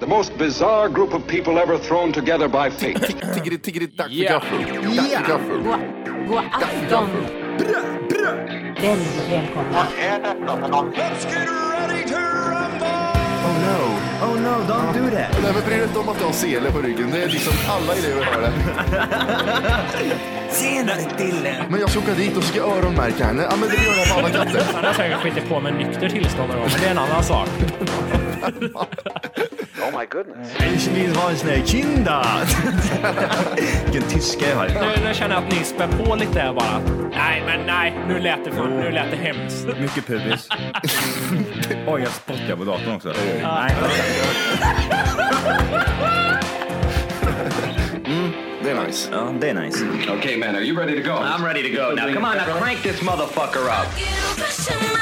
The most bizarre group of people ever thrown together by fate. Tiggeri, tiggeri, dack för Yeah. gaffel. Dack för gaffel. God, god afton. Väldigt välkomna. Oh no, oh no, don't do that. Nej, men bry dig inte om att du har sele på ryggen. Det är liksom alla elever har det. Senare Dille! Men jag ska åka dit och ska öronmärka henne. Ja, men det gör jag på alla katter. Han har säkert skitit på med nykter tillstånd någon gång, men det är en annan sak. Ich vill ha en sån här kinda! Vilken tyska jag har. Nu, nu känner jag att ni spär på lite här bara. Nej, men nej. Nu lät det, fan, nu lät det hemskt. Mycket pubis. Oj, jag spottar på datorn också. Nej, Det är nice. ja, det är nice. okay, man, are you ready to go? I'm ready to go. Now, come on, now crank this motherfucker up.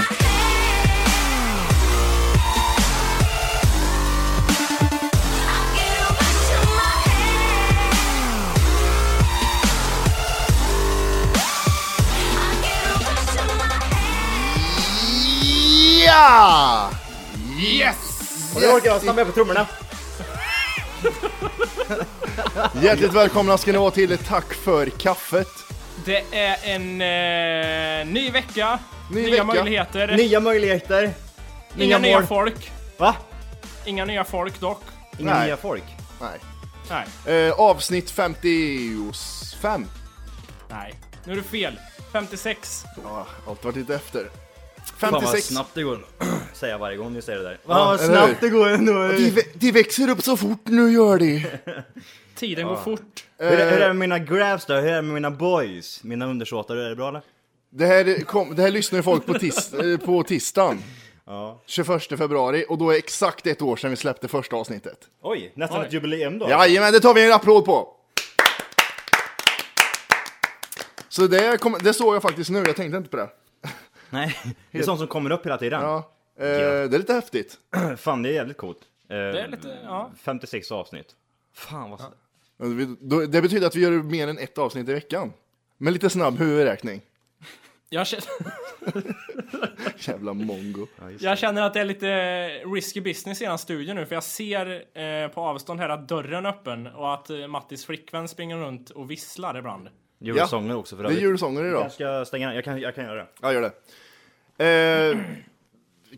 Ja! Yes! Nu orkar jag snabba med på trummorna. Hjärtligt välkomna ska ni vara till Tack för kaffet. Det är en eh, ny vecka. Ny nya vecka. möjligheter. Nya möjligheter. inga nya nya mål. folk. Va? Inga nya folk dock. Inga Nej. nya folk. Nej. Nej. Eh, avsnitt 55. Nej. Nu är du fel. 56. Ja, allt var lite efter. Fan vad 56. snabbt det går. Säger jag varje gång du säger det där. Vad ja, eller snabbt hur? det går ändå. De, Hur, vä- de växer upp så fort nu gör de. Tiden går fort. hur är det med mina grabs då? Hur är det med mina boys? Mina undersåtar, är det bra eller? Det här, kom, det här lyssnar ju folk på, tis, eh, på tisdagen. 21 februari och då är exakt ett år sedan vi släppte första avsnittet. Oj, nästan ett jubileum då. Jajamän, det tar vi en applåd på! Så det, kom, det såg jag faktiskt nu, jag tänkte inte på det. Nej, det är sånt som kommer upp hela tiden. Ja, eh, det är lite häftigt. Fan, det är jävligt coolt. Eh, Det är lite, ja. 56 avsnitt. Fan vad... Ja. Men vi- då- Det betyder att vi gör mer än ett avsnitt i veckan. Med lite snabb huvudräkning. Jag känner, Jävla mongo. jag känner att det är lite risky business i den studion nu, för jag ser eh, på avstånd här att dörren är öppen och att eh, Mattis flickvän springer runt och visslar ibland. Julsånger också för Det är övrigt. julsånger idag. Jag ska stänga jag kan, jag kan göra det. Ja, gör det. Eh,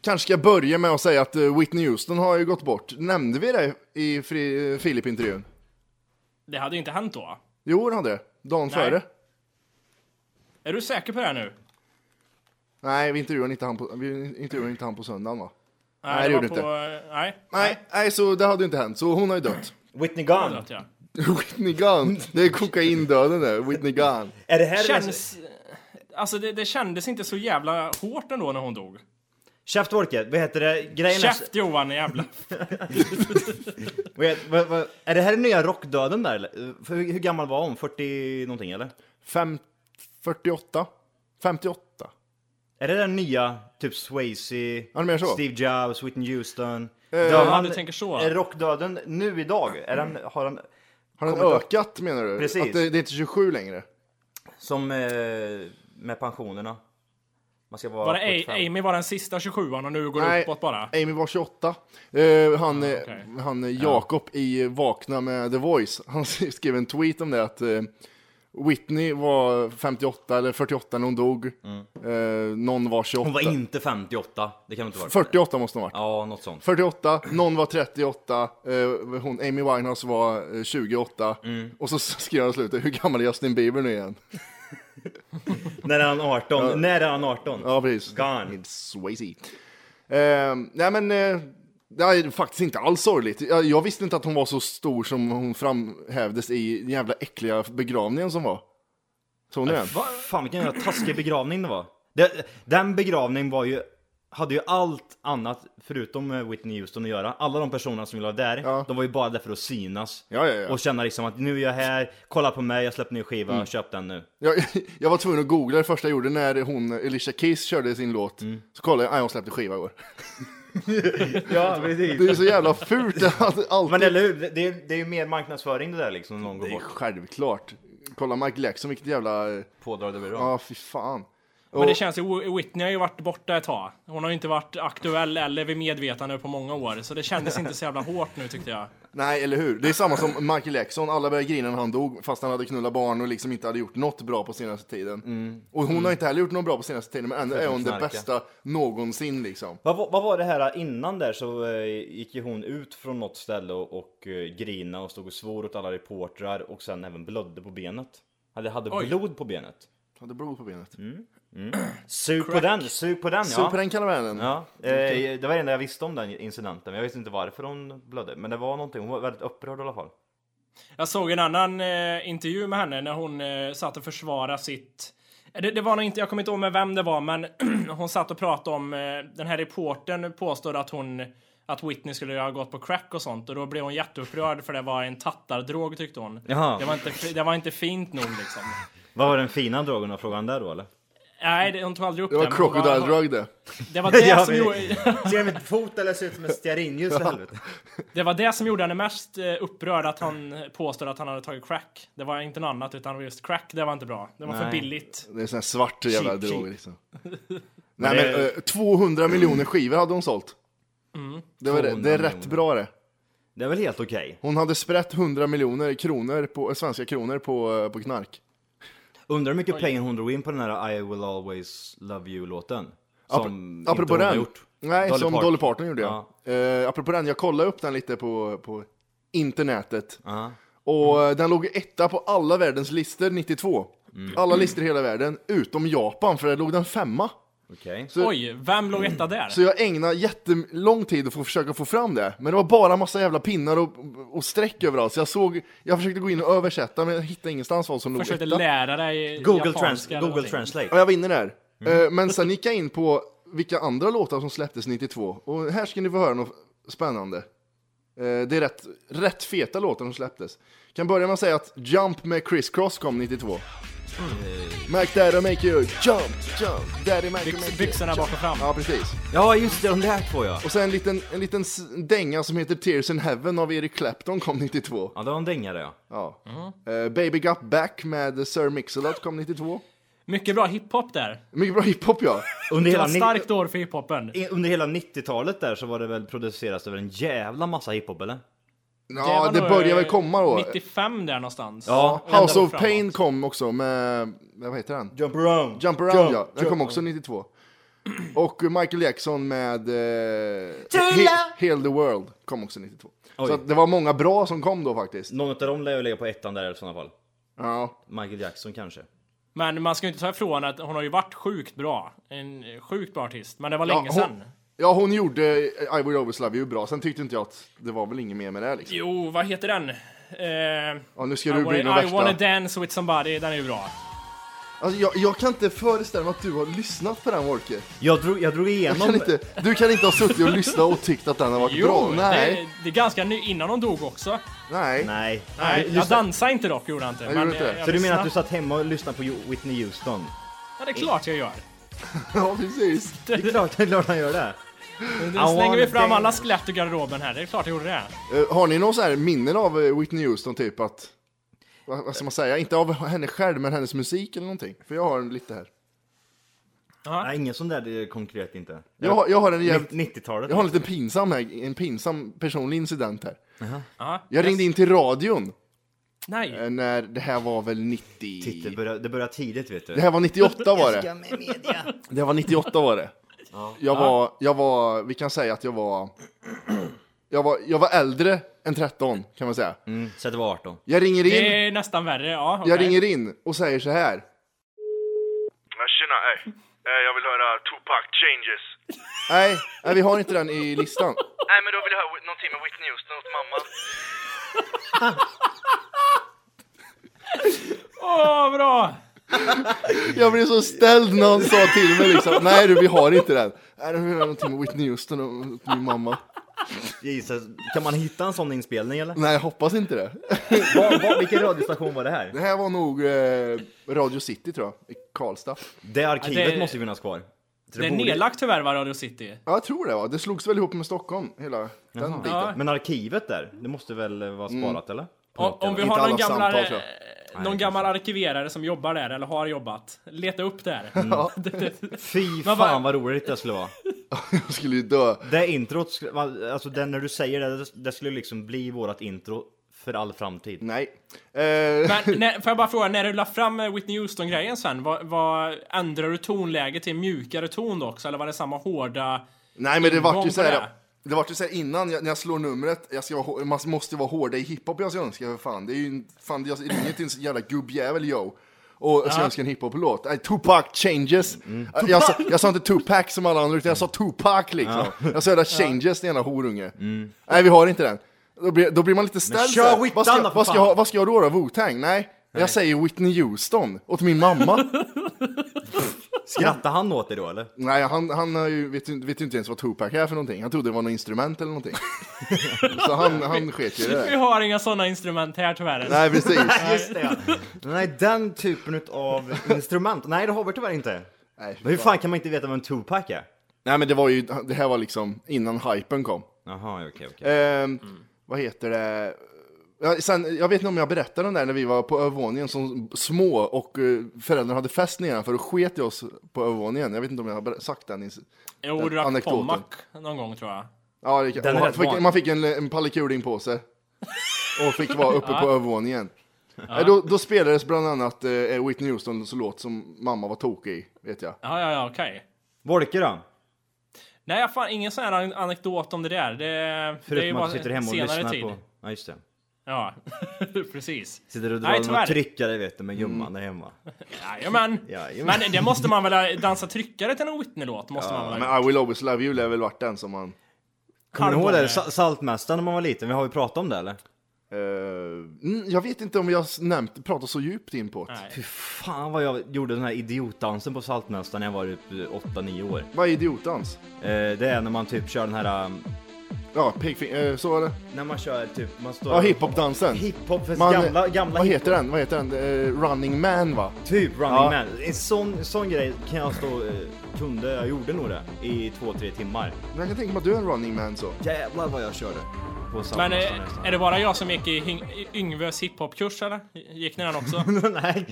kanske ska jag börja med att säga att eh, Whitney Houston har ju gått bort. Nämnde vi det i Fri- eh, Filip-intervjun? Det hade ju inte hänt då. Jo, det hade det. Dagen före. Är du säker på det här nu? Nej, vi intervjuade inte han på, vi intervjuade inte han på söndagen, va? Nej, det var gjorde på, du eh, Nej. Nej, nej, så det hade ju inte hänt. Så hon har ju dött. Whitney det Gunn. lät jag. Whitney Gunn. Det är kokaindöden det. Whitney Gunn. Är det här Känns... Känns... Alltså det, det kändes inte så jävla hårt ändå när hon dog. Käft Wolke, vad heter det? Grejen är- Käft Johan jävla. Vad heter- vad- vad- Är det här den nya rockdöden där eller? För hur, hur gammal var hon? 40 någonting eller? Fem, 48? 58? Är det den nya, typ Swayze, Ja, det menar så. Eh, Steve Jobs, Whitney Houston? Uh, ja, du tänker så. Är rockdöden nu idag? Är den, har den, Har den Kommer ökat menar du? Precis. Att det, det är inte 27 längre? som eh, med pensionerna? Man ska vara Var det, A- 45. Amy var den sista 27an och nu går det Nej, uppåt bara. Amy var 28. Eh, han, eh, okej. han eh, Jakob i Vakna med The Voice, han skrev en tweet om det att eh, Whitney var 58 eller 48 när hon dog. Eh, någon var 28. Hon var inte 58, det kan hon inte vara. 48 måste hon ha varit. Ja, något sånt. 48, någon var 38, eh, hon, Amy Winehouse var eh, 28 Mm. och så skrev han i slutet, hur gammal är Justin Bieber nu igen? När är han 18? När är han 18? Ja, precis. Gone. It's Swayze. Eh, nej, men eh, det är faktiskt inte alls sorgligt. Jag, jag visste inte att hon var så stor som hon framhävdes i den jävla äckliga begravningen som var. Såg ni den? Äh, Va? Fan vilken jävla taskig begravning det var. Det, den begravningen var ju, hade ju allt annat förutom eh, Whitney Houston att göra. Alla de personerna som ville vara där, Ja. de var ju bara där för att synas. Ja, ja, Mm. ja. Och känna liksom att nu är jag här, kolla på mig, jag släppte ny skiva, köp den nu. Jag, jag var tvungen att googla det första jag gjorde när hon, Alicia Keys, körde sin låt. Mm. Så kollade jag, nej hon släppte skiva igår. Ja, Det precis. är så jävla fult att alltid... Men eller hur, det, det, är- det är ju mer marknadsföring det där liksom, när någon går Det är bort. självklart. Kolla Mike Jackson, vilket jävla... Pådrag det blir Ja, fy fan. Men det känns ju, Whitney har ju varit borta ett tag. Hon har ju inte varit aktuell eller vid medvetande på många år. Så det kändes inte så jävla hårt nu tyckte jag. Nej, eller hur? Det är samma som Michael Jackson. Alla började grina när han dog, fast han hade knullat barn och liksom inte hade gjort något bra på senaste tiden. Mm. Och hon har inte heller gjort något bra på senaste tiden, men ändå är hon det knarka. bästa någonsin liksom. Vad, var- vad var det här innan där så eh, gick ju hon ut från något ställe och, och eh, grina och stod och svor åt alla reportrar och sen även blödde på benet. Hade, hade Oj. blod på benet. Hade blod på benet. Sug på den, sug på den Mm. ja. Så på den karamellen. Ja, eh, det var det enda jag visste om den incidenten, men jag visste inte varför hon blödde. Men det var någonting, hon var väldigt upprörd i alla fall. Jag såg en annan eh, intervju med henne när hon eh, satt och försvarade sitt... Eh, Det, det var nog inte, jag kommer inte ihåg med vem det var, men hon satt och pratade om... Eh, den här reportern påstod att hon... Att Whitney skulle ha gått på crack och sånt och då blev hon jätteupprörd för det var en tattardrog tyckte hon. Jaha. Det, var inte, det var inte fint nog liksom. Vad var den fina drogen då, frågan där då eller? Nej, det, hon tog aldrig upp Det var den, men hon Crocodile Drug det. Det var det, Ja, som vi- gjorde, Ser min fot eller ser ut som en stearinljus för helvete? det var det som gjorde henne mest eh, upprörd, att han påstod att han hade tagit crack. Det var inte något annat, utan just crack, det var inte bra. Det var för Nej. billigt. Det är sån här svart jävla Cheap, drog cheap. liksom. Nej men det- Mm. eh, 200 miljoner skivor hade hon sålt. Det, var det. det är 200 rätt bra det. Det är väl helt okej. Hon hade sprätt 100 miljoner kronor på, eh, svenska kronor på, eh, på knark. Undrar hur mycket pengar hon drog in på den här I will always love you låten. Som inte Apropå hon har den. gjort. Nej, Dolly som Parton. Dolly Parton gjorde jag. Eh, apropå den, jag kollade upp den lite på, på internetet. Ja. Och eh, den låg etta på alla världens listor 92. Mm. Alla listor i hela världen, utom Japan, för där låg den femma. Okej. Så- Oj, vem låg etta där? Så jag ägnade jättelång tid att få försöka få fram det, men det var bara massa jävla pinnar och, och streck överallt. Så jag såg, jag försökte gå in och översätta, men jag hittade ingenstans vad som låg Försökte etta. lära dig Google, japanska trans eller Google någonting. Och translate. jag var inne där. Mm. Eh, Men sen gick jag in på vilka andra låtar som släpptes 92, och här ska ni få höra något spännande. Eh, Det är rätt, rätt feta låtar som släpptes. Kan börja med att säga att Jump med Chris Cross kom 92. Mac Daddy make you jump, jump, Daddy make you Mm. Byx- make you byxorna jump. bak och fram. Ja, precis. Ja just det, de där två ja. Och sen en liten, en liten s- dänga som heter Tears in Heaven av Eric Clapton kom 92. Ja det var en dängare ja. Ja. Mm. Eh, Baby Got Back med Sir Mix-a-Lot kom 92. Mycket bra hiphop där. Mycket bra hiphop ja. Under Det var hela, ett starkt år för hiphopen. ni- under hela 90-talet där så var det väl producerat över en jävla massa hiphop eller? Ja, var det nog, börjar väl eh, komma då. 95 där någonstans. Ja, Och House ändå of framåt. Pain kom också med, eh, vad heter den? Jump around! Jump Around ja, den kom också 92. Och Michael Jackson med eh, He- Heal the World kom också 92. Oj. Så att det var många bra som kom då faktiskt. Någon av dem lär ju ligga på ettan där i sådana fall. Ja, Michael Jackson kanske. Men man ska ju inte ta ifrån att hon har ju varit sjukt bra. En sjukt bra artist. Men det var länge hon- sedan. ja hon gjorde eh, I Will Always Love You bra, sen tyckte inte jag att det var väl inget mer med det liksom. Jo, vad heter den? Eh, Ja, nu ska I, du bli den wanna, I wanna värsta. dance with somebody, den är ju bra. Alltså, jag, jag kan inte föreställa mig att du har lyssnat på den Wolke. Jag drog, jag drog Jag igenom... kan inte, du kan inte ha suttit och lyssnat och tyckt att den har varit bra. Nej, Det, det är ganska ny, innan hon dog också. nej. Nej. Nej, jag Lyssna- dansade inte dock, gjorde jag inte. gjorde inte det. Så du menar att du satt hemma och lyssnade på Ju- Whitney Houston? Ja, det är klart jag gör. Ja, precis. Det är klart, det är klart han gör det! Nu slänger vi wanna fram dance. alla skelett ur garderoben här. Det är klart jag gjorde det. Eh, har ni någon så här minnen av eh, Whitney Houston, typ att... Vad, vad ska man säga? Inte av henne själv, men hennes musik eller någonting. För jag har en lite här. Nej, ingen sån där det är konkret inte. Jag, har- jag har en jävligt... 90-talet. Jag har en liten pinsam, här, en pinsam personlig incident här. Ja. Jag ringde in till radion Nej. eh, när det här var väl 90... Titta, det börjar, det börjar tidigt vet Det du. Mm. här var 98 var det. Det var 98 var det. Jag var, jag var, vi kan säga att jag var, jag var, jag var äldre än 13 kan man säga. Mm, så att det var 18. Jag ringer in, Det är nästan värre. Ja, jag okej. ringer in och säger så här. Ja, Tjena, hej. Eh, Jag vill höra Tupac Changes. Nej, nej vi har inte den i listan. Nej, men då vill jag höra Whit- någonting med Whitney Houston åt mamma. Åh, bra! Jag blev så ställd när han sa till mig liksom. Nej du, vi har inte den. Nej, det var någonting med Whitney Houston och och min mamma. Jesus, kan man hitta en sån inspelning eller? Nej, jag hoppas inte det. Vad- vad- vilken radiostation var det här? Det här var nog eh, Radio City tror jag, i Karlstad. Det arkivet Ja, det- måste ju finnas kvar. Så Det är borde- nedlagt tyvärr, va, Radio City? Ja, jag tror det va. Det slogs väl ihop med Stockholm, hela den biten. Ja. Mm. Men arkivet där, det måste väl eh, vara sparat eller? Om, om vi Inte har alla någon gamla samtal, tror eh, någon gammal arkiverare som jobbar där eller har jobbat. Leta upp det här. Det- det- Fy Men fan vad- vad roligt det skulle vara. Jag skulle ju dö. Det introt, skulle- man- alltså den när du säger det, det skulle liksom bli vårat intro för all framtid. Nej. Eh, Men när, får jag bara fråga, när du la fram eh, Whitney Houston-grejen sen, vad, vad ändrade du tonläget till mjukare ton då också? Eller var det samma hårda? Nej men det vart Ingång ju på så här. det. Det vart ju så här innan jag, när jag slår numret, jag ska vara, hår- man måste vara hårdare i hiphop jag ska önska för fan. Det är ju en- fan, jag ringer till en sån jävla gubbjävel yo. Och ska önska en hiphop-låt. Nej, Tupac changes. Mm. Jag, sa, jag sa inte Tupac som alla andra utan jag sa Tupac liksom. Jag sa jävla changes den jävla horunge. Nej vi har inte den. Då blir, då blir man lite ställd Mm. kör så här. Whitney vad, ska, då, för vad, ska fan. jag, ha- vad ska jag då då? Wu-Tang? Nej. Jag säger Whitney Houston åt min mamma. Skrattar han åt dig då eller? Nej, han, han har ju, vet, ju- vet ju inte ens vad Tupac är för någonting. Han trodde det var något instrument eller någonting. så han, han sket ju i det. Vi där. har inga sådana instrument här tyvärr. Nej, precis. Just det ja. Nej den typen av instrument, nej det har vi tyvärr inte. Nej, Men hur fan kan man inte veta vem Tupac är? Nej, men det var ju, det här var liksom innan hypen kom. Jaha okej okej. Eh. Ehm, Vad heter det? Ja, sen, jag vet inte om jag berättade om det här när vi var på övervåningen som små och eh, föräldrarna hade fest nedanför och sket i oss på övervåningen. Jag vet inte om jag har ber- sagt den. i- Jo, du drack anekdoten. Pommac någon gång tror jag. Ja, det, Den är och man, rätt van. fick, man fick en, en pallekuling på sig. Och fick vara uppe på övervåningen. Eh, Då, då spelades bland annat eh, Whitney Houstons låt som mamma var tokig i, vet jag. Ja, ja, ja, okej. Wolke då? Nej, jag har fan ingen sån här an- anekdot om det där. Det, det är ju Förutom bara att du sitter hemma och senare lyssnar tid. på... Ja just det. Ja, precis. Sitter Nej, och drar någon tyvärr. Mm. tryckare vet du med gumman där hemma. Jajamän. Jajamän. Men det måste man väl ha- dansa tryckare till någon Whitney-låt? Måste man väl ha Men I will always love you lär väl varit den som man... Kommer ni ihåg Halvbolle. det? Sa- Saltmästaren när man var liten, vi har vi pratat om det eller? eh, mm, jag vet inte om jag s- nämnt, pratar så djupt in på det. Nej. Fy fan vad jag gjorde den här idiotdansen på Saltmästaren när jag var typ 8-9 år. Vad är idiotdans? Eh, det är när man typ kör den här... um, Ja, pigfing, eh, så var det. När man kör typ... Man står Ja, hiphopdansen. Hiphop, för Man- eh, gamla, gamla vad heter den? Vad heter den? Eh, running man va? Typ running Ja. man. En sån, sån grej kan jag stå... eh, Kunde, jag gjorde nog det i 2-3 timmar. Men Jag kan tänka mig att du är en running man så. Jävlar vad jag körde. På Men eh, Saltmästaren. är det bara jag som gick i Hyng- i Yngves hiphopkurs eller? Gick ni den också? Nej.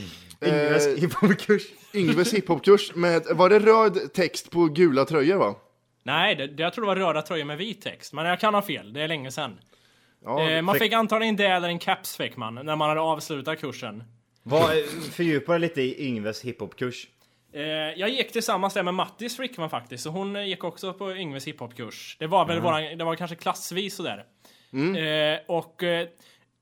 Yngves Eh, hiphopkurs. Yngves hiphopkurs med, var det röd text på gula tröjor va? Nej, det, det, jag tror det var röda tröjor med vit text. Men jag kan ha fel, det är länge sedan. Ja, eh, man fick antagligen det eller en caps fick man, när man hade avslutat kursen. Vad, eh, fördjupa dig lite i Yngves hiphopkurs. Eh, jag gick tillsammans där med Mattis Frickman faktiskt, så hon eh, gick också på Yngves hiphopkurs. Det var väl Mm. våran, det var kanske klassvis sådär. Eh, och eh,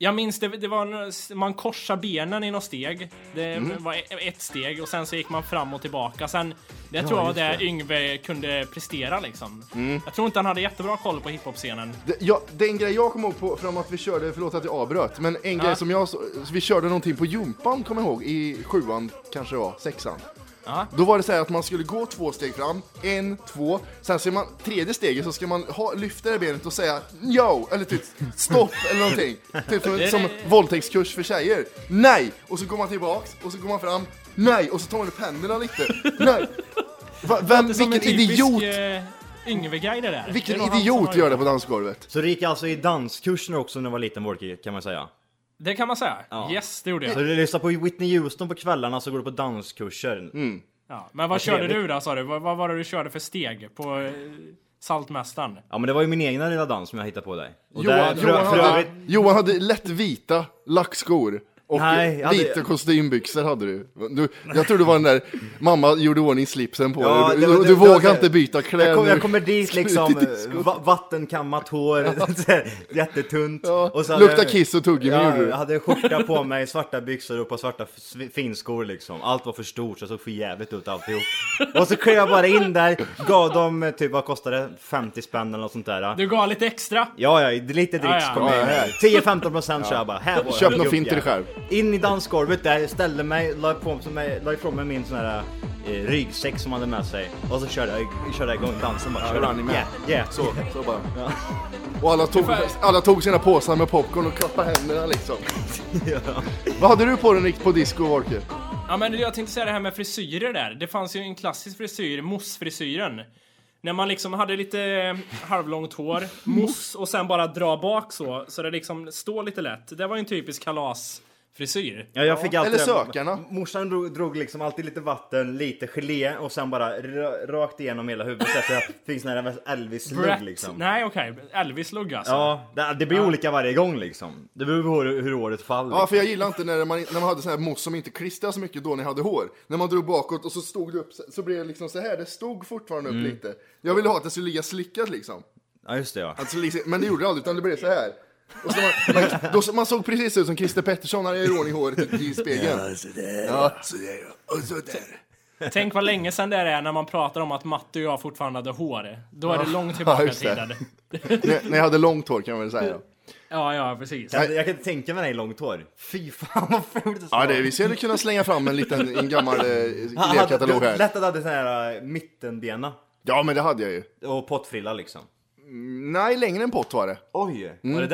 jag minns det, det var, en- man korsade benen i något steg. Det Mm. var e- ett steg och sen så gick man fram och tillbaka. Sen, det tror jag var det, Yngve kunde prestera liksom. Mm. Jag tror inte han hade jättebra koll på hiphop-scenen. Det, ja, det är en grej jag kommer ihåg på, från att vi körde, förlåt att jag avbröt, men en grej som jag, så- vi körde någonting på gympan kommer jag ihåg, i sjuan kanske det var, sexan. Ja. Då var det så här att man skulle gå två steg fram, en, två, sen ser man tredje steget så ska man ha, lyfta det benet och säga yo, eller typ stopp eller någonting. Typ som, som våldtäktskurs för tjejer. Nej! Och så går man tillbaks och så går man fram, nej! Och så tar man upp händerna lite, nej! Va, vem, Det är som vilken en typisk, idiot, Eh, Yngve-guy det där. vilken Det är nog han som idiot har gör det på dansgolvet? Så det gick alltså i danskurser också när jag var liten Wolke kan man säga. Det kan man säga. Yes, det gjorde jag. Så du lyssnar på Whitney Houston på kvällarna så går du på danskurser. Ja, men vad körde trevligt. du då sa du? Vad, vad var det du körde för steg på eh, Saltmästaren? Ja men det var ju min egna lilla dans som jag hittade på dig. Och Johan, där- Johan, för hade, övrigt- Johan hade lätt vita lackskor. Och Nej, jag hade- vita kostymbyxor hade du. du. Jag tror du var den där, mamma gjorde i ordning slipsen på Ja, dig. det Du, var- du, det- du det var vågade det. inte byta kläder. Jag, kom, jag kommer dit liksom, Knutit i skor. va- vattenkammat hår, så här, jättetunt. Ja, så hade- lukta kiss och tuggummi Ja, gjorde du. Jag hade skjorta på mig, svarta byxor och på svarta f- finskor liksom. Allt var för stort så jag såg för jävligt ut alltihop. Och så klev jag bara in där, gav dem eh, typ, vad kostade det? 50 spänn eller något sånt där. Du gav lite extra. Ja, ja, lite dricks ja. kom Ja, in. ja. 10-15 procent kör jag bara. Här var Köp jag, något gubb fint till dig jävel. själv. In i dansgolvet där, ställde mig, la, på mig, la ifrån mig min sån här eh, ryggsäck som han hade med sig. Och så körde jag, körde jag igång dansen bara. körde. running man. Yeah, yeah. Så, så bara. Och alla tog, alla tog sina påsar med popcorn och klappade händerna liksom. Vad hade du på dig Nick, på disco, Walker? Ja, men jag tänkte säga det här med frisyrer där. Det fanns ju en klassisk frisyr, mossfrisyren. När man liksom hade lite eh, halvlångt hår, moss och sen bara dra bak så, så det liksom står lite lätt. Det var ju en typisk kalas frisyr. Ja, jag fick alltid eller den- sökarna. Morsan drog, drog liksom alltid lite vatten, lite gelé och sen bara ra- rakt igenom hela huvudet. Så jag fick sån här Elvis-lugg Brett. liksom. Nej, okej. Elvis-lugg alltså. Ja, det, det blir olika varje gång liksom. Det beror på hur, hur året faller. Ja, för jag gillar inte när man, när man hade sån här mos som inte klistrade så mycket då ni hade hår. När man drog bakåt och så stod det upp, så- så blev det liksom så här, det stod fortfarande upp lite. Jag ville ha att det skulle ligga slickat liksom. ja, just det ja. Alltså, liksom men det gjorde det aldrig, utan det blev så här. Och så man, man, då, så- man såg precis ut som Christer Pettersson när han gör i ordning håret i i spegeln. Ja, sådär. Ja, sådär. Och sådär. Tänk vad länge sedan det är när man pratar om att Matte och jag fortfarande hade hår. Då är det långt Ja, tillbaka i just det. tiden. när, när jag hade långt hår kan man väl säga. Ja, ja, precis. Jag, jag kan inte tänka mig dig i långt hår. Fy fan vad fult det Ja, det, vi skulle kunna slänga fram en liten en gammal eh, Han hade- elevkatalog du- här. Lätt att du hade sån här äh, mittenbena Ja, men det hade jag ju. och pottfrilla liksom. Nej, längre än pott var det. Oj, Mm. var det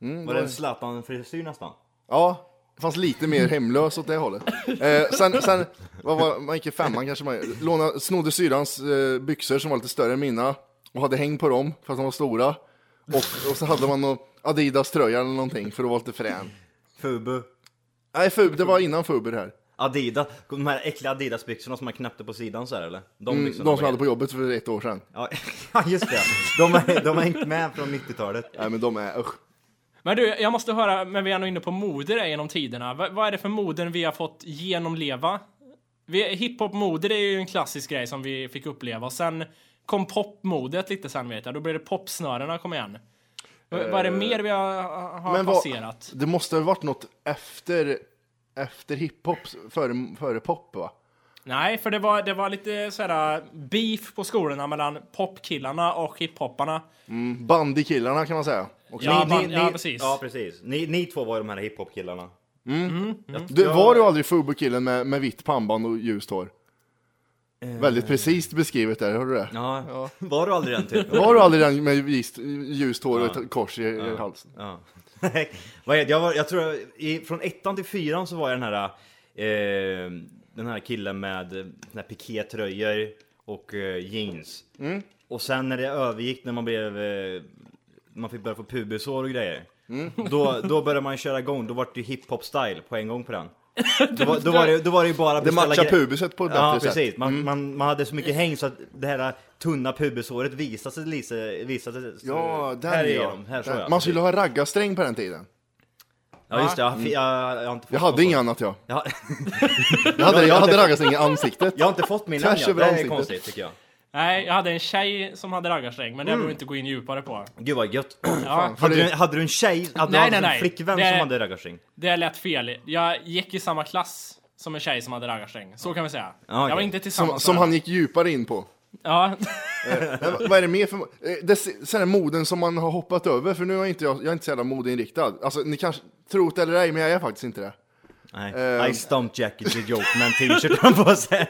den? var det en Zlatan-frisyr nästan? Ja, fast lite mer hemlös åt det hållet. Eh, sen, sen, vad var, man gick i femman kanske, man lånade, snodde syrrans eh, byxor som var lite större än mina och hade häng på dem, fast de var stora. Och, och så hade man någon Adidas-tröja eller någonting för att vara lite frän. Fubu. Nej, fub, det var innan Fuber här. Adidas, de här äckliga Adidas-byxorna som man knäppte på sidan så här eller? Liksom, De, Mm, byxorna de var- som hade på jobbet för ett år sedan. Ja, ja, just det. De har, de har hängt med från 90-talet. Nej, men de är, usch. Men du, jag måste höra, men vi är nog inne på moder här genom tiderna. Va, vad är det för moden vi har fått genomleva? Vi- Hiphop-moder är ju en klassisk grej som vi fick uppleva. Och sen kom popmodet lite sen vet jag. Då blev det popsnörena, kom igen. Va- vad är det mer vi har, har Men vad- passerat? Det måste ha varit något efter, efter hiphop, före, före pop va? Nej, för det var, det var lite sådär beef på skolorna mellan popkillarna och hiphopparna. Bandykillarna kan man säga. Och Ja, man- ja, precis. Ja, precis. Ni, ni två var ju de här hiphop-killarna. Mm. Mm. Du, var du aldrig Fubu-killen med, med vitt pannband och ljust hår? Eh. Väldigt precis beskrivet där, hörde du det? Ja. Var du aldrig den typen? Var du aldrig den med ljust, ljust hår och ett kors i, i halsen? Ja. Vad heter- jag, var, jag tror jag, i, från ettan till fyran så var jag den här, eh, den här killen med eh, såna här pikétröjor och eh, jeans. Mm. Och sen när det övergick när man blev, eh, man fick börja få pubisår och grejer. Mm. Då, då började man köra igång, då var det ju hiphop-style på en gång på den. Då, var- då, var, det, då var det ju bara Det beställa matchar gre- pubiset på ett Ja bättre sätt. Mm. precis, man, man, man hade så mycket häng så att det här tunna pubisåret visade sig, lise- visade sig Ja, den här ja. igenom, här så Den. jag. Man skulle ha raggarsträng på den tiden. Ja just det, jag, har fi- jag, jag har inte Mm. fått Jag hade inget annat jag. Jag har, Jag hade, jag hade raggarsträng i ansiktet. jag har inte fått min än, Tvärs ja. över det är ansiktet. konstigt tycker jag. Nej, jag hade en tjej som hade raggarsträng, men det Mm. behöver vi inte gå in djupare på. Gud vad gött. Ja, hade, du, hade du en tjej, hade Nej, du nej, en nej. flickvän Det- som hade raggarstring? det lät fel. Jag gick i samma klass som en tjej som hade raggarsträng. Så kan vi säga. okej. Jag var inte tillsammans Som, som med han gick djupare in på. Ja. Men vad- Vad är det mer för eh, det, sen är moden som man har hoppat över? För nu är inte jag, jag är inte så jävla modeinriktad. Alltså ni kanske tror det eller ej, men jag är faktiskt inte det. Nej. Eh. I stumped Jack is a joke med en t-shirt han på sig.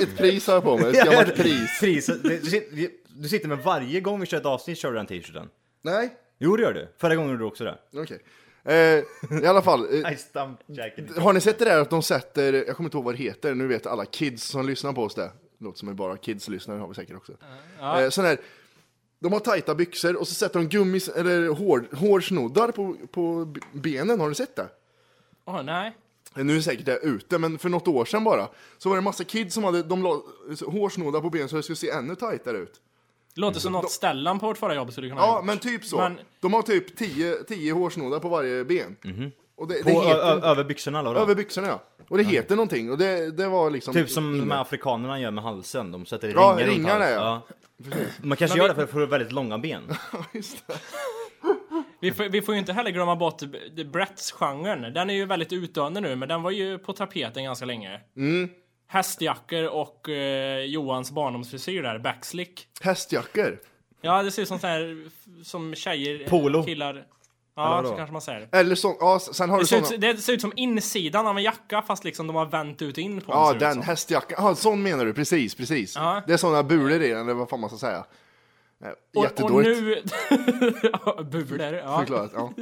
Ett pris har jag på mig, ett gammalt pris. Pris. Du, sit- vi- du sitter med varje gång vi kör ett avsnitt kör du den t-shirten. Nej, Jo det gör du. Förra gången gjorde du också det. okej. Eh, I alla fall, eh, I stumped Jack. is a joke. har ni sett det där att de sätter, jag kommer inte ihåg vad det heter, nu vet alla kids som lyssnar på oss det. Låter som att bara kids lyssnar, har vi säkert också. Eh, sån här, de har tajta byxor och så sätter de gummis, eller hår, hårsnoddar på, på b- benen, har ni sett det? Eh, Åh, nej. Nu är säkert det ute, men för något år sedan bara, så var det en massa kids som hade de la, hårsnoddar på benen så det skulle se ännu tajtare ut. Låter som något Stellan på vårt förra jobb skulle kunna ha Ja, gjort. Mm. men typ så. Men- De har typ 10 10 hårsnoddar på varje ben. Och det, det Mhm. På, heter ö, ö, över byxorna eller vadå? Över byxorna ja. Och det heter någonting och det, det var liksom... Typ som de här afrikanerna gör med halsen, de sätter Ja, ringar runt ringarna, halsen. ja. Man kanske gör det för att få väldigt långa ben. Just det. Vi, får, vi får ju inte heller glömma bort b- the Bratz-genren. Den är ju väldigt utdöende nu, men den var ju på tapeten ganska länge. Mm. Hästjackor och eh, Johans barndomsfrisyr där, backslick. Hästjackor. Ja, det ser ut som sån här, f- som tjejer, eh, Polo. killar. Ja, så kanske man säger. Eller så, ja, sen har Det du ser, såna... ut, det ser ut som insidan av en jacka fast liksom de har vänt ut och in på Ja, ser det ut den som. hästjackan. Ja, sån menar du. Precis, precis. Ja. Det är såna bulor i den, eller vad fan man ska säga. Eh, Och, och Jättedåligt nu... Ja, Bulor, ja. förklarat. Ja.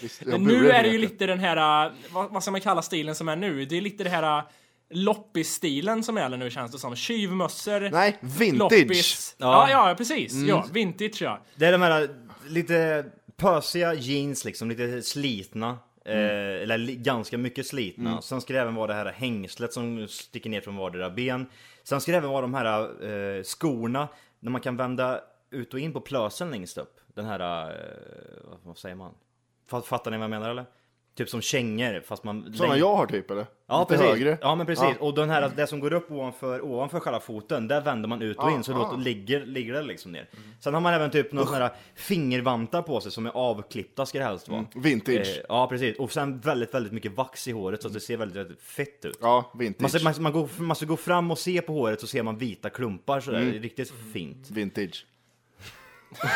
Visst, ja, bulor Nu är det ju heter. lite den här, äh, vad, vad ska man kalla stilen som är nu? Det är lite det här äh, loppis-stilen som gäller nu känns det som. Tjuvmössor. Nej, vintage. Mm. Loppis. Ja, ja, precis. Ja, vintage ja. Det är de här lite pösiga jeans liksom, lite slitna. Eh, eller li- ganska mycket slitna. Sen ska det även vara det här hängslet som sticker ner från vardera ben. Sen ska det även vara de här eh, skorna när man kan vända ut och in på plösen längst upp. Den här, eh, vad- vad säger man? Fatt- Fattar ni vad jag menar eller? Typ som kängor fast man... Sådana läng- jag har typ eller? Ja, Lite precis. högre. Ja, men precis. Och den här, det som går upp ovanför, ovanför själva foten, där vänder man ut och in så låter, ligger, ligger det liksom ner. Mm. Sen har man även typ några sådana här fingervantar på sig som är avklippta ska det helst vara. Mm. Vintage. Eh, ja, precis. Och sen väldigt, väldigt mycket vax i håret så att det ser väldigt, väldigt fett ut. Ja, vintage. Man, ska, man, man, går, man ska gå fram och se på håret så ser man vita klumpar sådär. Mm. Det är Riktigt fint. Vintage.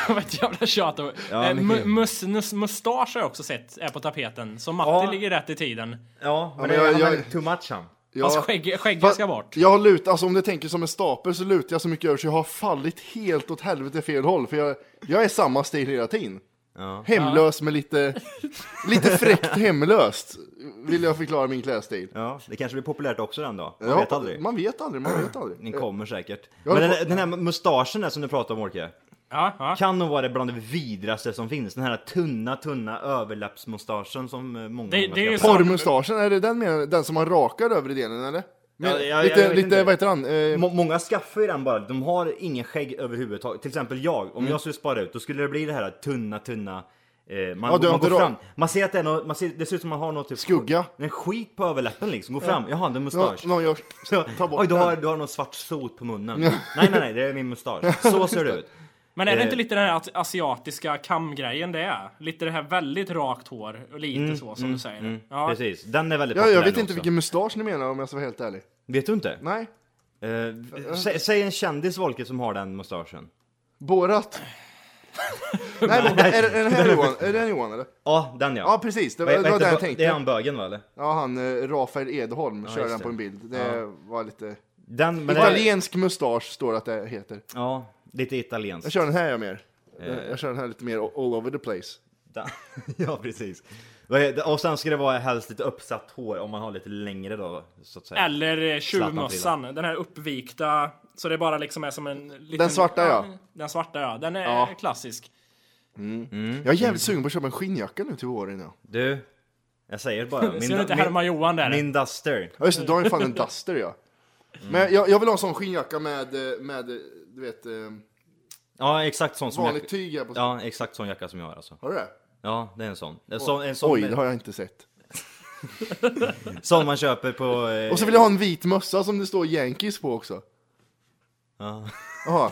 Vad ett jävla tjat. och- Ja, Eh, mycket. mu- mus- nus- Mustasch har jag också sett är på tapeten. Så Matti Ja. ligger rätt i tiden. Ja, men, men jag- det, jag- jag, too much han. Ja. Hans skägg, skägget Fast ska bort. Jag lutar, alltså om du tänker som en stapel så lutar jag så mycket över så jag har fallit helt åt helvete fel håll. För jag, jag är samma stil hela tiden. Hemlös med lite, lite fräckt hemlöst. Vill jag förklara min klädstil. Ja, det kanske blir populärt också den dag. Man Ja, vet aldrig. Man vet aldrig, man vet aldrig. Den kommer säkert. Jag Men håller den, den här mustaschen där som du pratade om Orke. Ja, ja. Kan nog vara det bland det vidraste som finns. Den här tunna, tunna överläppsmustaschen som eh, många... Det- många det är ju skrattar. Porrmustaschen, är det den, med, den som man rakar över i delen eller? Men, Ja, jag- lite, jag vet lite inte. vad heter han? Eh, Må- Många skaffar ju den bara, de har ingen skägg överhuvudtaget. Till exempel jag, Mm. om jag skulle spara ut då skulle det bli det här tunna, tunna... Eh, man, Ja, du har man inte går rak- fram, man ser att det är något, man ser, det ser ut som man har något typ... Skugga. En skit på överläppen liksom, gå fram, jaha det nå- är mustasch. någon gör... Så, Ta bort Oj, du den. har, du har någon svart sot på munnen. nej, nej, nej, det är min mustasch. Så ser det ut. Men är det Eh. inte lite den här as- asiatiska kamgrejen det är? Lite det här väldigt rakt hår och lite Mm. så som du säger. ja. Mm. Precis, den är väldigt Ja, populär jag nu vet inte också. vilken mustasch ni menar om jag ska vara helt ärlig. Vet du inte? Nej. Eh, sä, säg en kändis Volke som har den mustaschen. Borat. Nej, men är, är den här Johan? Är den Johan eller? Ja, den ja. Ja, precis. Det var, Vad- det, vad var det heter- jag Det är tänkte. han bögen va eller? Ja, han eh, Rafael Edholm kör just den det. på en bild. Det var lite... Den, men det- Italiensk mustasch står det att det heter. Ja, lite Jag italienskt. kör den här jag mer. Eh. Jag kör den här lite mer all over the place. Den- ja, precis. Vad är det- Och sen ska det vara helst lite uppsatt hår om man har lite längre då, så att säga. Eller eh, tjuvmössan, den här uppvikta. Så det bara liksom är som en liten... mm. Den svarta, ja. Den svarta ja, den är Ja. klassisk. Mm. Jag är jävligt sugen på att köpa en skinnjacka nu till våren. Ja, Du, jag säger bara. Ser du inte härma min, Johan där? min duster. ja just det, du har ju fan en duster ja. Mm. Men jag, jag vill ha en sån skinnjacka med, eh, med eh, du vet, eh, Ja, exakt sån som vanligt jag... tyg här på. Ja, exakt sån jacka som jag har alltså. Har du det? Ja, det är en sån. En sån, en sån Oj, det har jag inte sett. som man köper på... Eh, Och så vill jag ha en vit mössa som det står Yankees på också. Ja. Jaha,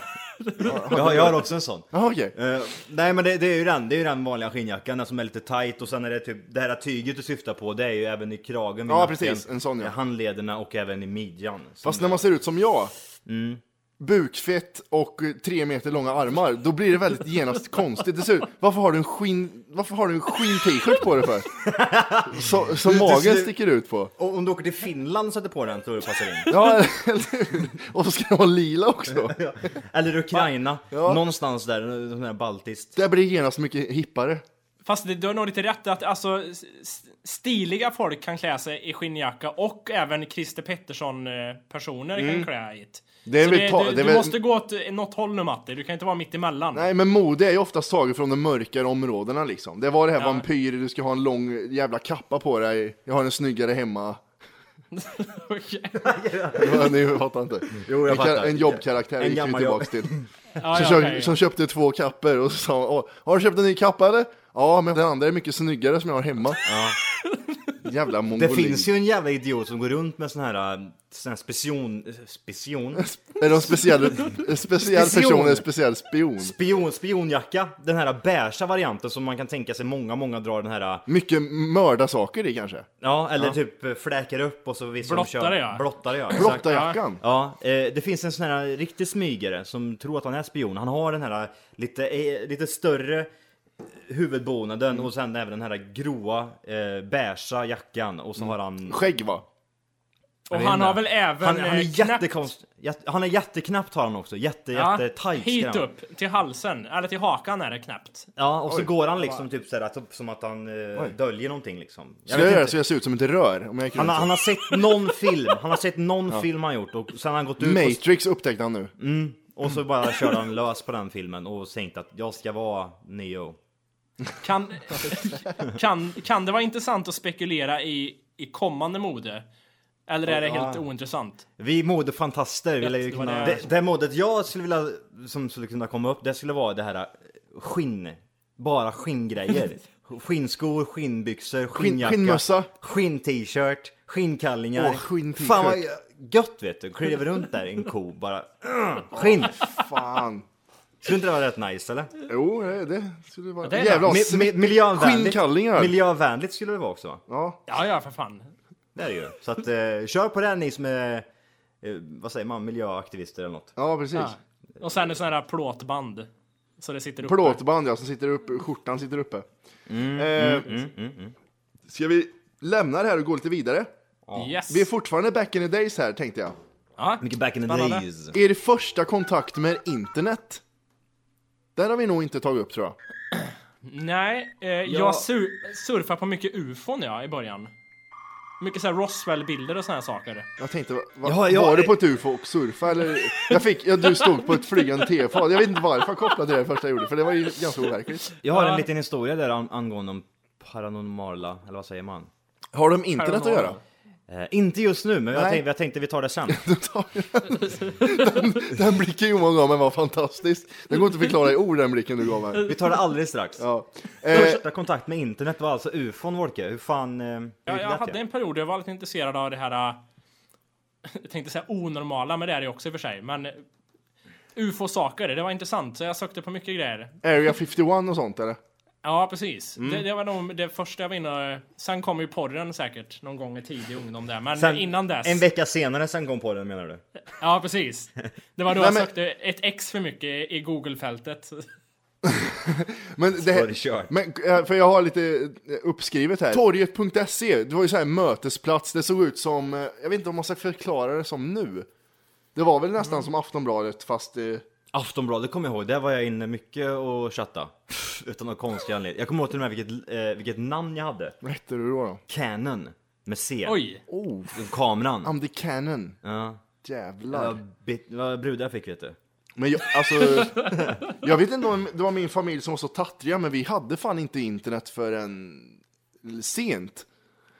jag, har- jag har också en sån. Jaha, okej. Eh, nej men det, det är ju den, det är ju den vanliga skinnjackan, den som är lite tight och sen är det typ det här tyget du syftar på, det är ju även i kragen, vid Ja, nacken, precis. En sån, ja. i handlederna och även i midjan. Som- Fast när man ser ut som jag, Mm. bukfett och eh, tre meter långa armar, då blir det väldigt genast konstigt. Det ser ut, varför har du en skinn, varför har du en skinn-t-shirt på dig för? Så, som Du- du magen ser- sticker ut på. Och om du åker till Finland och sätter på den så du passar in. Ja, eller hur? Och så ska den vara lila också. Eller Ukraina, Ja. någonstans där, någon sån här baltiskt. Det blir genast mycket hippare. Fast det, du har nog lite rätt att alltså, s- s- stiliga folk kan klä sig i skinnjacka och även Christer Pettersson-personer kan klä i det. Mm. Det är Så väl det, ta- du det är du väl- måste gå åt eh, något håll nu Matti, du kan inte vara mitt emellan. Nej, men mode är ju oftast taget från de mörkare områdena liksom. Det var det här vampyr, du ska ha en lång jävla kappa på dig, jag har en snyggare hemma. Okej. Ja, Ni fattar inte. Jo, jag en, kar- fattar. en jobbkaraktär En gick vi gammal tillbaka jobb. till. Som, ja, ja, kö- okej. som köpte två kapper och så sa hon, "Åh, har du köpt en ny kappa eller? Ja, men den andra är mycket snyggare som jag har hemma. Jävla Det mongolid. finns ju en jävla idiot som går runt med sån här, eh, sån här spion, eh, spion, Är det en speciell, en speciell Spion. person, en speciell spion? spion, spionjacka. Den här beiga varianten som man kan tänka sig många, många drar den här eh, Mycket mörda saker i kanske. Ja, eller typ eh, fläkar upp och så visar Blottare, de ja. Blottare ja. exakt. Blottarjackan. Ja, eh, det finns en sån här riktig smygare som tror att han är spion. Han har den här lite, eh, lite större huvudbonaden och sen även den här gråa, eh, beigea jackan och så har han... Skägg va? Och jag vet han inte. har väl även Han, han är eh, knäppt- jättekonst... Jätte, han är jätteknäppt har han också, jätte, Ja, jättetajt ska Hit han. upp, till halsen, eller till hakan är det knäppt. Ja, och så går han liksom typ sådär, typ, som att han eh, döljer någonting liksom. Jag Ska vet jag göra inte. det så jag ser ut som ett rör? Om jag Han, kan har- han har sett någon film, han har sett någon film han gjort och sen har han gått ut och Matrix upptäckte han nu. Och så bara körde han lös på den filmen och tänkte att jag ska vara Neo. Kan, kan, kan det vara intressant att spekulera i, i kommande mode? Eller är det helt ointressant? Vi modefantaster vill ju det var kunna... det jag- Det, det modet jag skulle vilja, som skulle kunna komma upp, det skulle vara det här eh, skinn. Bara skinngrejer. Skinnskor, skinnbyxor, skinnjacka. skinnmössa. Skinn-t-shirt, skinnkallingar. Åh, skinn-t-shirt. Fan vad gött vet du. Kliver runt där i en ko bara. "Ugh, Skinn. Fan. Skulle inte det vara rätt nice eller? Jo, det, det skulle vara... det är Jävla Mi- mi- miljövänligt. Skinnkallingar. Miljövänligt skulle det vara också. va? Ja. Ja, ja, för fan. Det är det ju. Så att eh, kör på det här ni som är, eh, vad säger man, miljöaktivister eller något. ja, precis. Och sen är sådana här plåtband. Så det sitter uppe. Plåtband ja, som sitter uppe, skjortan sitter uppe. eh, Ska vi lämna det här och gå lite vidare? Yes. Vi är fortfarande back in the days här tänkte jag. ja. Mycket back in the Spännande. days. Er första kontakt med internet? Där har vi nog inte tagit upp tror jag. Nej, eh, jag sur surfar på mycket ufon ja, i början. Mycket så här Roswell-bilder och såna här saker. Jag tänkte, va, va, Ja, ja, var du eh. på ett ufo och surfa eller? Jag fick, ja, du stod på ett flygande tefat. Jag vet inte varför jag kopplade det första jag gjorde, för det var ju ganska overkligt. Jag har Ja. en liten historia där an- angående om paranormala, eller vad säger man? Har de internet att göra? Eh, inte just nu, men jag Nej. tänkte, jag tänkte vi tar det sen. Den blicken Johan gav mig var fantastisk. Den går inte att förklara i ord den blicken du gav mig. Vi tar det alldeles strax. Ja. Eh, Första kontakt med internet var alltså ufon, Wolke. Hur fan... Eh, hur Ja, jag lät hade det? en period där jag var lite intresserad av det här... eh, Jag tänkte säga onormala, men det är det ju också i och för sig. Men eh, ufo-saker, det var intressant. Så jag sökte på mycket grejer. Area 51 och sånt eller? Ja, precis. Mm. Det, det var nog det första jag var inne Sen kom ju porren säkert någon gång i tidig ungdom där. Men Sen- innan dess. En vecka senare sen kom på den menar du? Ja, precis. Det var då Nej, jag men- sökte ett X för mycket i Google-fältet. Men det Var det kört? men, eh, för jag har lite eh, uppskrivet här. Torget.se, E, det var ju så här en mötesplats. Det såg ut som, eh, jag vet inte om man ska förklara det som nu. Det var väl nästan som Aftonbladet fast eh, Aftonbladet kommer jag ihåg, där var jag inne mycket och chatta. Utan någon konstig anledning. Jag kommer ihåg till och med vilket, eh, vilket namn jag hade. vad hette det då? då? Canon. Med C. Oj! Oh, Kameran. I'm the Canon. Ja. Jävlar. Vad bit- vad brudar fick vet du. Men jag, alltså, jag vet inte om det var min familj som var så tattriga, men vi hade fan inte internet förrän sent.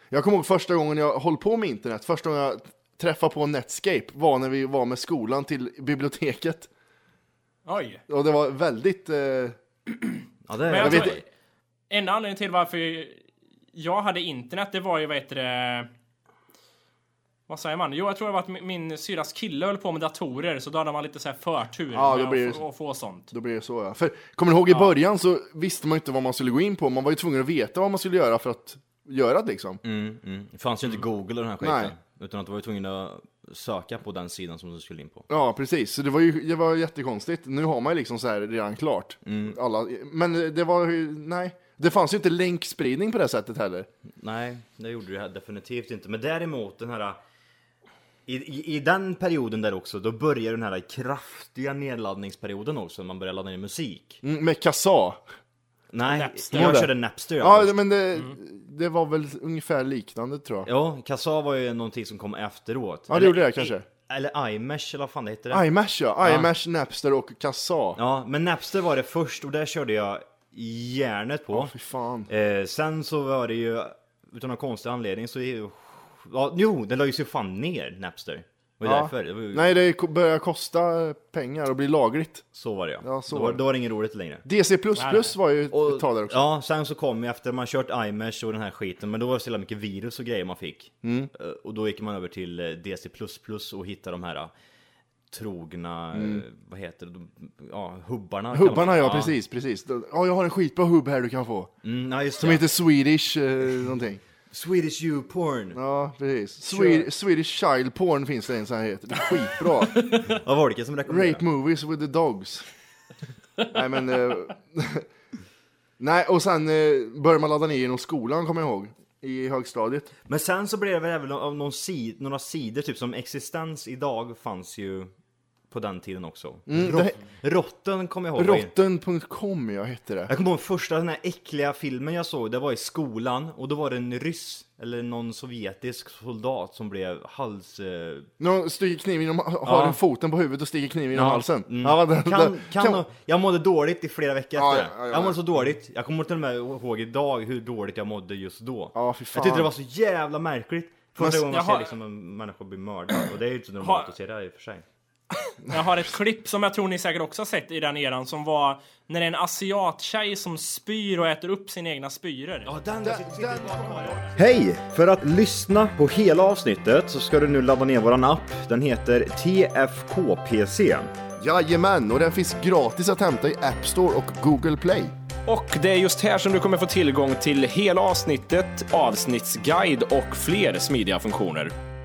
Jag kommer ihåg första gången jag höll på med internet, första gången jag träffade på Netscape var när vi var med skolan till biblioteket. Oj! Och det var väldigt... Eh, Ja, det Men jag vet tror, inte. en anledning till varför jag hade internet, det var ju vad heter det... Vad säger man? Jo, jag tror det var att min- min syras kille höll på med datorer, så då hade man lite så här förtur Ja, då med blir att, det- få, att få sånt. då blir det så ja. För kommer ni ihåg i början så visste man ju inte vad man skulle gå in på, man var ju tvungen att veta vad man skulle göra för att göra det liksom. Mm, mm. Det fanns ju inte Google och den här skiten. Nej. Utan att du var ju tvungen att söka på den sidan som du skulle in på. Ja, precis. Så det var ju det var jättekonstigt. Nu har man ju liksom så här redan klart. Alla, men det var ju, nej. Det fanns ju inte länkspridning på det sättet heller. Nej, det gjorde det här definitivt inte. Men däremot den här... äh, I, i, I den perioden där också, då börjar den här kraftiga nedladdningsperioden också. när Man börjar ladda ner musik. Mm, Med kassa. Nej, Napster. jag körde Napster. Ja, Ja, men det, det var väl ungefär liknande tror jag. ja Kassa var ju någonting som kom efteråt. Ja, det gjorde det kanske. Eller iMesh eller vad fan det hette. Det. Imash ja, Imash, Napster och kassa. Ja, Ja, men Napster var det först och där körde jag järnet på. fy fan. Eh, sen så var det ju, utan någon konstig anledning så... är ju- Ja, jo, den lades ju fan ner, Napster. Och Ja. därför. Det var ju, Nej, det ko- börjar kosta pengar och bli lagligt. Så var det ja. Ja, så då, var var, det. då var det inget roligt längre. DC++ var ju ett tag där också. Ja, sen så kom ju efter man kört iMesh och den här skiten, men då var det så jävla mycket virus och grejer man fick. Mm. Eh, Och då gick man över till eh, DC++ och hittade de här eh, trogna, eh, vad heter det, de- ja, hubbarna. kallar man Mm. Hubbarna det. ja, precis, precis. Ja, jag har en skitbra hubb här du kan få. Mm, ja, just Som det. heter Swedish eh, någonting. Swedish U-porn. Ja, precis. Swedish, Swedish child porn finns det en sån här heter. Det är skitbra. Vad var det som rekommenderade? Rape movies with the dogs. Nej, men... eh, nej, och sen eh, började man ladda ner genom skolan, kommer jag ihåg. I högstadiet. Men sen så blev det väl även av någon sid, några sidor, typ som existens idag fanns ju på på den tiden också. Mm, det, Rott, rotten kommer jag ihåg. var- rotten.com, jag hette det. Jag kommer ihåg första den här äckliga filmen jag såg, det var i skolan och då var det en ryss eller någon sovjetisk soldat som blev hals... Eh, Någon stiger kniven genom, har Ja. en foten på huvudet och stiger kniven genom halsen. Mm. Ja, den- kan, den- kan, jag mådde dåligt i flera veckor Ja, efter ja, det. ja, ja. Jag mådde så dåligt, jag kommer till och med ihåg idag hur dåligt jag mådde just då. Ja, fy fan. Jag tyckte det var så jävla märkligt. Men- Första gången man Jaha. ser liksom en människa bli mördad och det är ju inte så normalt Har- att se det här i och för sig. Jag har ett klipp som jag tror ni säkert också har sett i den eran som var när det är en asiattjej som spyr och äter upp sina egna spyror. Hej! För att lyssna på hela avsnittet så ska du nu ladda ner våran app. Den heter TFKPC. Jajamän, och den finns gratis att hämta i App Store och Google Play. Och det är just här som du kommer få tillgång till hela avsnittet, avsnittsguide och fler smidiga funktioner.